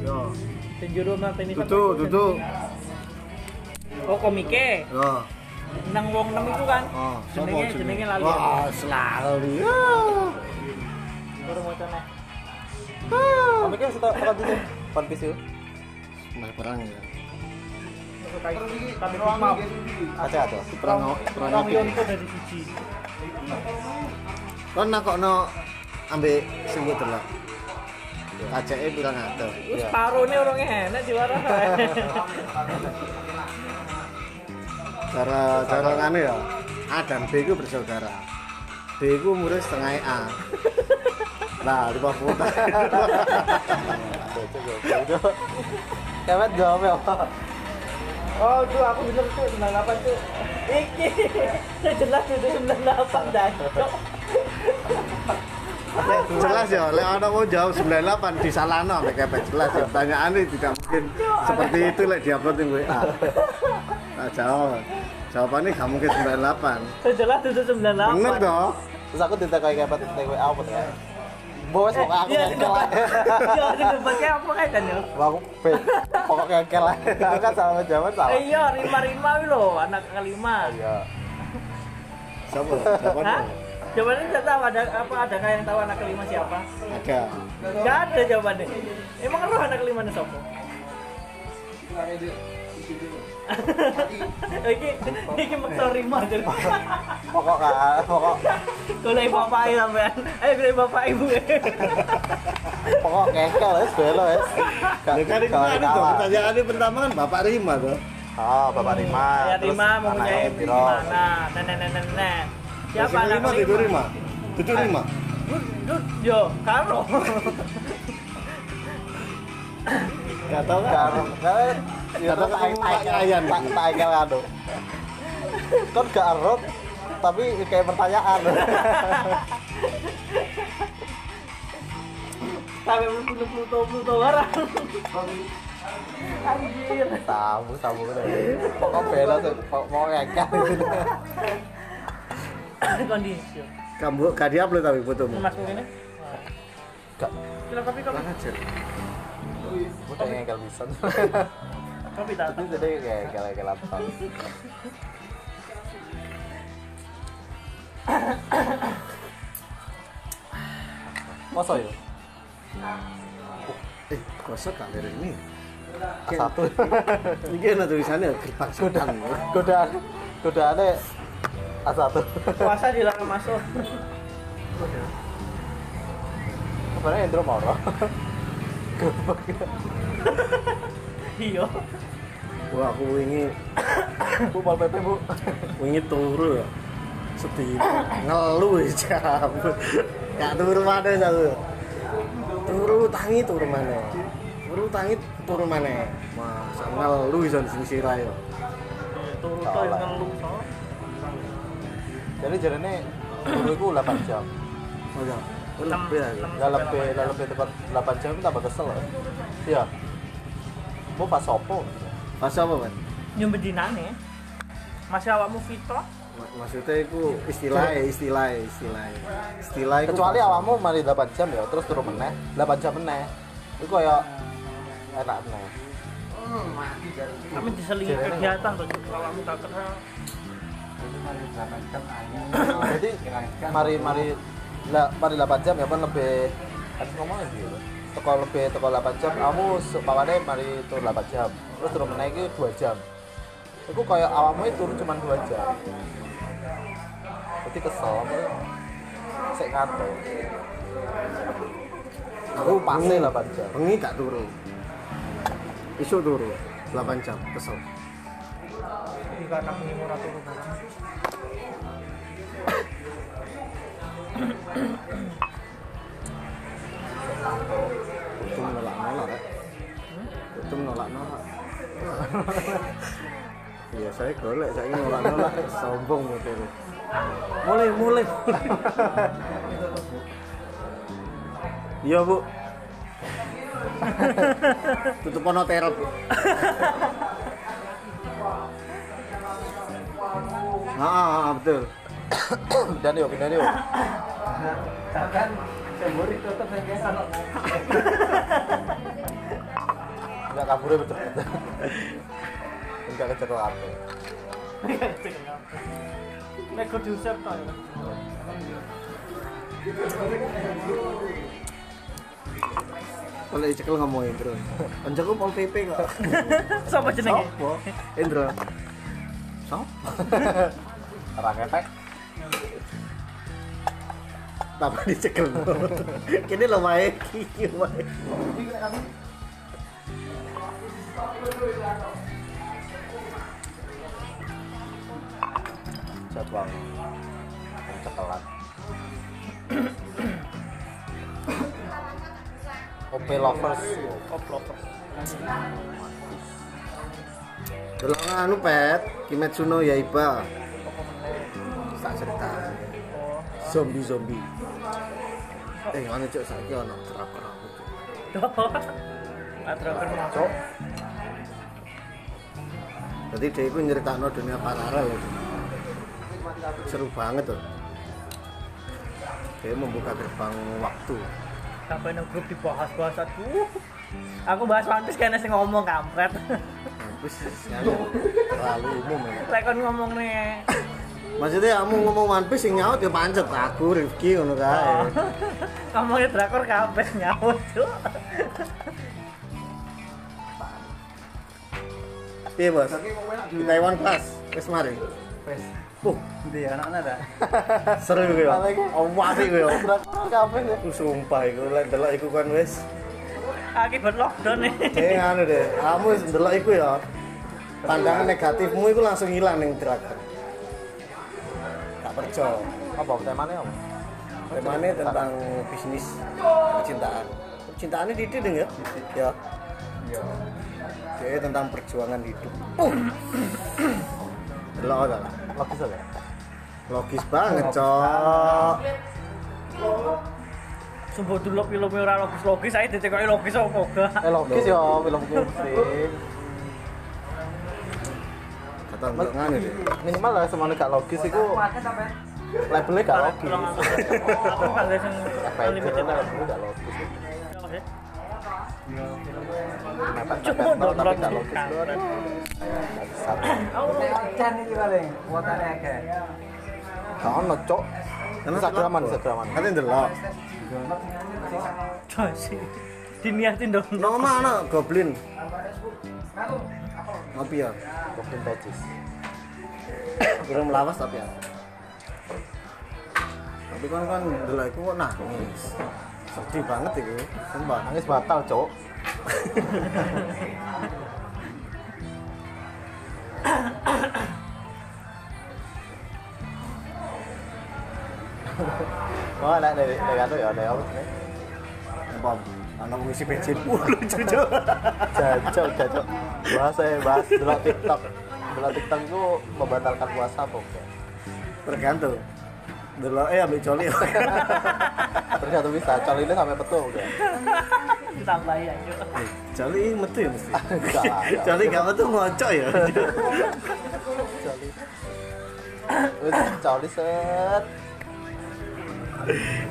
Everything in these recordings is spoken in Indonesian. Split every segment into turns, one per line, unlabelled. Ya,
Tenjuro na tinisan.
Dudu, dudu.
Oh, komike.
Oh,
Nang wong nem iku kan.
oh.
Jenenge jenenge lali.
Wah, selalu. Ah.
Baru maca neh.
Ah.
Komiknya suka suka gitu. One Piece itu.
Mulai perang ya.
Tapi mau
Aja tuh.
Perang perang
Rong
apa?
Yonko dari siji.
Kon nakokno ambek sing mbok delok. Kaceke pirang atus.
Wis parone orangnya enak diwara.
Cara cara ngene ya. A dan B itu bersaudara. B itu umure setengah A. Nah, lima puluh
Kemet jawab ya.
Oh, tuh aku bener tuh 98 tuh. Iki. Jelas itu 98 dah.
Lek jelas ya, lek ana wong jawab 98 disalahno mek kepet jelas ya. Pertanyaane tidak mungkin seperti itu lek diupload ning WA. Nah, jawab. Jawabannya nggak mungkin 98.
Jelas itu 98.
Bener toh?
Terus aku tidak kayak kepet TW apa tuh. Bawa
Eh,
semoga aku
Iya,
ngekel
debat.
aja.
Iya, debatnya apa kan Daniel?
Wah, Aku pe. Pokoknya ngekel aja. Aku kan sama jaman
Eh,
sama.
Iya, rima-rima wih lho, anak kelima.
Iya.
Siapa?
Hah?
Jawabannya?
Jawabannya tidak tahu ada apa adakah yang tahu anak kelima siapa?
Ada.
Enggak ada jawabannya. Emang roh anak kelima nih sopo? Iki iki maksa rima jadi.
Pokok kan, pokok
Golek bapak e sampean. Ayo golek bapak ibu.
pokok ngekel wes belo wes. Gak-
Lah kan itu
gak
ada toh
ketawa.
pertanyaannya pertama kan Bapak Rima toh.
Oh, Bapak Rima.
Ya
terus
rima mempunyai
anaknya Piro.
mana? Nenek nenek nenek. nah, Siapa
Sing
anak
Rima itu
kelima?
Rima. Itu Rima.
Dut, dut, Yo, karo.
Enggak tahu kan?
Gak- gak- Ya
Kata
terus tak
kamu
tak
Pak Kayan.
tak tak ngekel kan tuh. Kan gak erot, tapi kayak pertanyaan.
Sampai melu Pluto Pluto barang. Anjir.
tamu tamu kan pokok bela tuh pokok mau ngekak gitu
Kondisi.
Kamu kan? gak diupload tapi fotomu.
Mas mungkin ya?
gak
Kilo kopi kopi.
Ajar.
udah ngekak bisa
Kopi tak.
itu jadi ngekak ngekak laptop masa ya
Eh, kosong kan dari ini.
satu
Ini ada tulisannya gerbang sedang.
godaan godaannya A satu
Puasa dilarang masuk.
kemarin Endro mau roh
Iya.
Wah, aku ini
bu mau PP bu
wingi turu ya sedih ngeluh ya, jam gak turu mana aku turu tangi turu mana turu tangi turu mana masa ngeluh iso sing sirah ya
Turu
Tau
tuh
lah.
ngeluh. no.
jadi jadinya dulu 8 jam
oh ya
Enam-
lebih lagi
enam
Lah
sampai
lebih,
delapan
lah
jam.
lebih tepat 8 jam tambah kesel ya. Iya. Mau pas opo?
pas apa kan
Nyum bedinane. Masih awakmu fitrah.
maksudnya itu istilah istilah istilah istilah itu
Kecuali
pas-
awakmu mari 8 jam ya, terus turun meneh, 8 jam meneh. Iku kaya enak meneh.
Kami diselingi
Jarene.
kegiatan tuh. Awakmu tak kenal.
Jadi mari mari lah mari 8 jam ya kan lebih aku ngomong lagi ya. Teko lebih teko 8 jam, kamu seumpamane mari turun 8 jam. Terus turun meneh iki 2 jam. Iku kaya awakmu itu turun cuma 2 jam. Jadi kesel. ya? Sik ngantuk.
aku
Pasti
bengi-
8 jam.
bengi gak turu isu turu 8 jam kesel
Jika anak ini ora turu barang.
itu menolak nolak rek itu menolak nolak iya saya golek saya ingin nolak nolak sombong betul mulai mulai iya bu tutup ono terop ah, ah, ah, betul
dan yuk dan yuk Enggak kabure betul. Enggak kecer apa.
Nek kok diusap toh ya.
Kalau dicekel ngomong Indro. Anjaku Pol PP kok.
Sapa jenenge?
Sopo? Indro. Sopo?
Ra ketek.
Tapi dicekel. Kene lho wae iki wae.
Jabang. Cekelan. OP lovers.
Delok anu pet, Kimetsu no Yaiba. Tak cerita. Zombie-zombie. Eh, ngono cuk saiki
Iya,
ono kerap-kerap.
Atro kermo.
Cuk. Jadi dia itu nyeritakno dunia paralel itu. Seru banget tuh. Dia membuka gerbang waktu.
Sampai nang grup dibahas-bahas aku. Aku bahas pantes kene sing ngomong kampret.
Habis sekarang terlalu umum ya.
Lek kon ngomong nih.
Maksudnya kamu ngomong One Piece yang nyaut ya pancet aku Rifki ngono kae.
Oh. Ngomongnya drakor kabeh nyaut, Cuk.
Piye, Bos? Di Taiwan kelas wis mari.
Wes.
Puh,
Ndi anak-anak ta?
seru gue ya. Omah sih gue ya.
Kabeh ya.
Aku sumpah iku lek delok iku kan wis
Akibat lockdown nih.
Eh anu deh, kamu ndelok iku ya. Pandangan negatifmu iku langsung hilang ning drakor. Gak percaya.
Apa temane apa?
Temane tentang bisnis percintaan. Percintaannya didik deng ya? Ya.
Iya.
Jadi tentang perjuangan hidup. Delok ora lah.
Logis apa?
Logis banget, Cok.
Sumpah dulu filmnya ora logis-logis, saya dicekoki logis opo gak.
Eh logis ya film kucing.
Kata ngene deh.
Minimal lah semuanya gak logis itu labelnya gak
Kalau
logis.
pulang aku. Aku kagak sing
Apa itu
limited.
labelnya gak logis.
Cuma
Mepet-mepet, no, tapi
download
gak logis.
kampret.
Bangsat.
Ikan ini paling, kuotannya agak.
Gak ono cok. Instagraman, Instagraman.
Kate ndelok.
Cok sih. Diniatin dong.
Nang omah ana goblin. Ngopi ya.
Dokumen Tecis.
Kurang melawas tapi ya. Tapi kan kan delok iku kok nangis. Sedih banget iku, sumpah.
Nangis batal cok. Wah, nek dari dari kata ya ada apa?
Apa? Ana wong isi bensin. Wah, lucu Cok.
Jajok, jajok. Bahas ya, bahas. Delok TikTok. Delok TikTok itu membatalkan puasa apa enggak?
Tergantung. Delok eh ambek coli.
Terus satu bisa, coli ini sampai petu enggak?
Ditambahin aja.
Coli metu ya mesti.
Enggak lah, enggak.
Coli gak metu ngocok ya.
Coli. Wis coli set.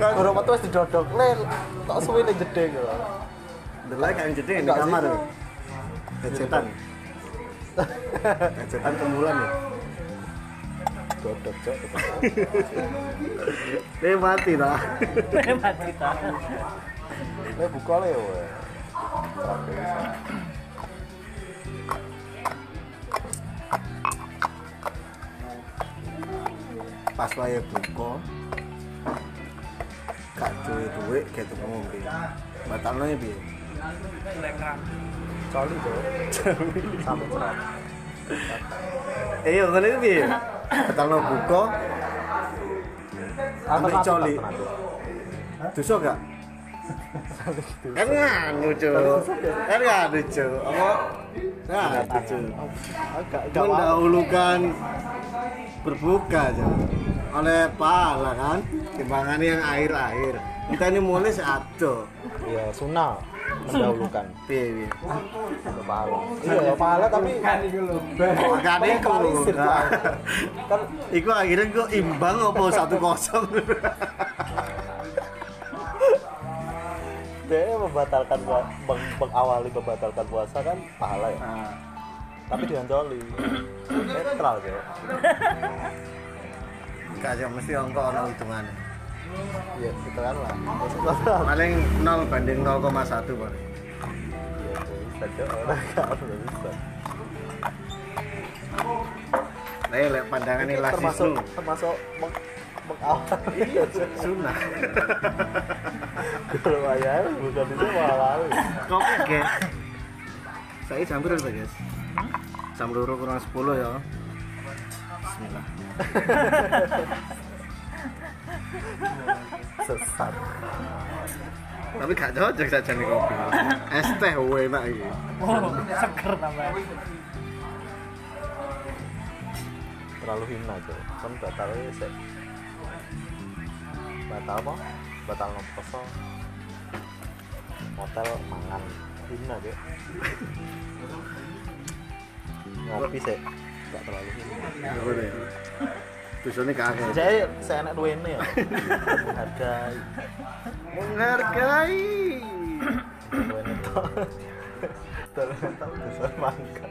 Kan
Guru metu wis didodok le, tak suwi ning jedhe iku lho.
delok kan jadi di
Enggak sih.
kamar. Kecetan. Kecetan kemulan ya.
Dodok cok.
Dia Eh, mati lah.
Hebat kita.
Le buka le we. Tapi bisa.
pas wae buka gak duwe duit gak tuku ngombe batalno ya piye
Lekan.
Coli cok. Sampai cerah.
eh yo ngene iki piye batalno buka Sampai
Alternatif,
coli.
alternatif.
dosa gak kan nganu cuk kan nganu cuk apa nah lucu
Agak agak wae.
mendahulukan berbuka cuk oleh pahala kan timbangan yang air-air kita ini mulai seado
Iya, sunah mendahulukan.
piye piye
Ada pahala. Iya, pahala tapi
Makanya iku.
Minimalisir, Pak. kan
Iku akhirnya gue imbang apa satu kosong.
dia membatalkan puasa, mengawali membatalkan puasa kan pahala ya.
Nah,
Tapi diancoli. Netral ya.
Enggak sih, mesti angka ono hitungane.
Iya, gitu kan lah. Netral.
Paling 0 banding 0,1 paling.
Iya, nggak bisa dong. Orang nggak bisa.
Lah ya, lek pandangane
Ini
lasis
termasuk
lu.
termasuk meng, mengawali. Iya,
Sunah.
lumayan bukan itu mengawali.
Kok guys? Saya jam berapa guys? Jam loro kurang 10 ya. Bismillah.
Sesat.
Tapi gak cocok saja nih kopi. Es teh wae enak iki.
Oh, seger tambah.
Terlalu hina tuh. Kan batalnya sih. Batal apa? Batal nopo Hotel mangan hina deh. Ngopi sih. Gak terlalu hina.
Ngono ya. Biasanya gak akeh.
Jadi saya enak dua ini ya. Menghargai.
Menghargai.
Dua ini toh. Ternyata besar mangga.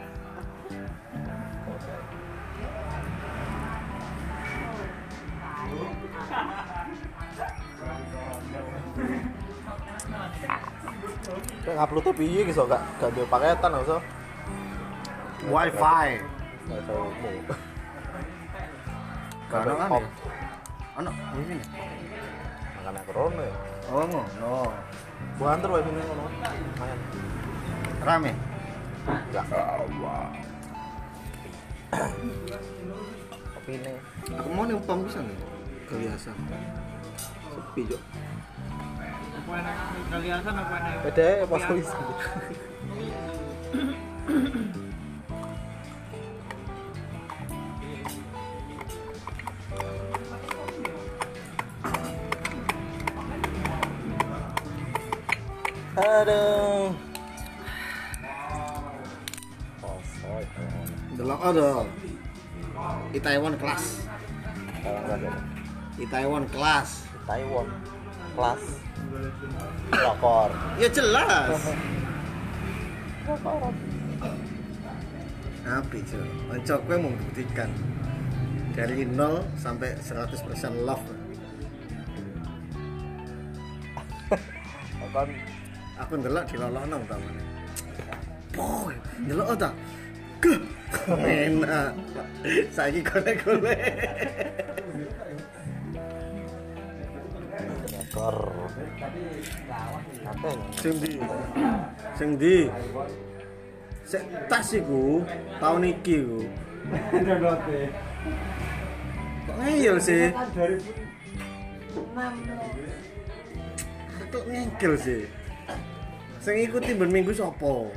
Kayak ngupload tuh piye gitu gak gak ada paketan so.
Wifi.
Gak tahu.
Karena kan ya. Ono wifi nih.
Makanya corona ya.
Oh ngono.
Gua antar wifi nya ngono. Main.
Rame. Ya
Enggak. Tapi ini
Kamu nih pom bisa nih. Kelihatan.
sepi Jok.
Kelihatan apa nih?
Beda pas tulis. Aduh. Oh, sorry.
Delok oh, ada. Itaewon kelas.
Kalau nggak ada.
Itaewon kelas.
Taiwan kelas lokor
Ya jelas. Apa itu? Anco gue mau membuktikan dari 0 sampai 100% love.
kan
Aku ndelok dilolokno utamane. Boy, ndelok ta. Ke. Enak. Saiki golek-golek.
lokor apa ini
Sing ndi? Sing ndi? Sik tas iku tahun iki ku. Kok ngeyel sih? Kok ngengkel sih? Sing iku timbun minggu sapa?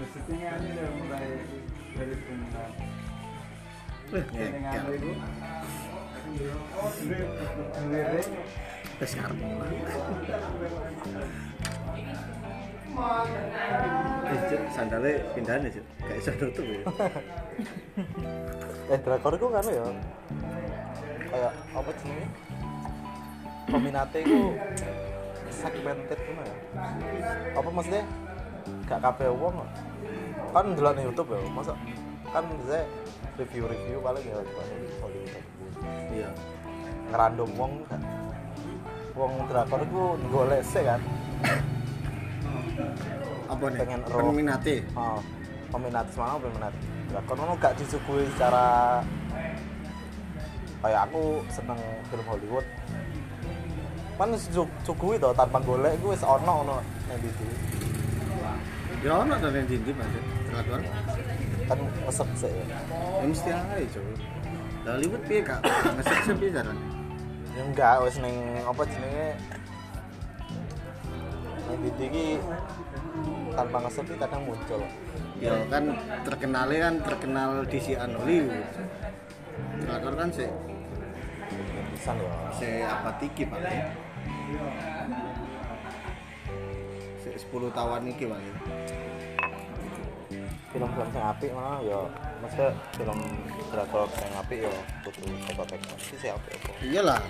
Maksudnya ini udah mulai dari semula.
Wih,
Dengan
ngengkel.
itu, lirik
Wis arep mulai. Eh, Cuk, sandale pindahan ya, Cuk. Gak iso nutup ya.
eh drakor itu kan ya kayak apa sih peminatnya itu segmented gitu ya apa maksudnya gak kabeh wong kok. kan dulu di YouTube ya masa kan bisa review-review paling ya Hollywood
Iya.
ngerandom wong kan wong drakor itu golek sih kan
Apa nih?
Pengen rock.
Peminati.
oh peminat semua peminat drakor itu gak disuguhi secara kayak aku seneng film Hollywood kan disuguhi toh tanpa golek gue wis ono ono yang di situ.
Ya ono to ning ndi, Mas. Drakor.
kan ngesep sih ya.
Ya mesti ae, Cuk. Lah liwet piye Kak? Ngesek sih piye carane?
ya enggak wis ning apa jenenge ning titik iki tanpa ngesep iki kadang muncul
Ya kan terkenalnya kan terkenal di si Anu Anoli. Drakor kan sih
pisan ya
se apa tiki paling se 10 tahun iki paling
film-film sing apik mah ya mesti film drakor sing apik ya kudu teko-teko iki sing apik apa
iyalah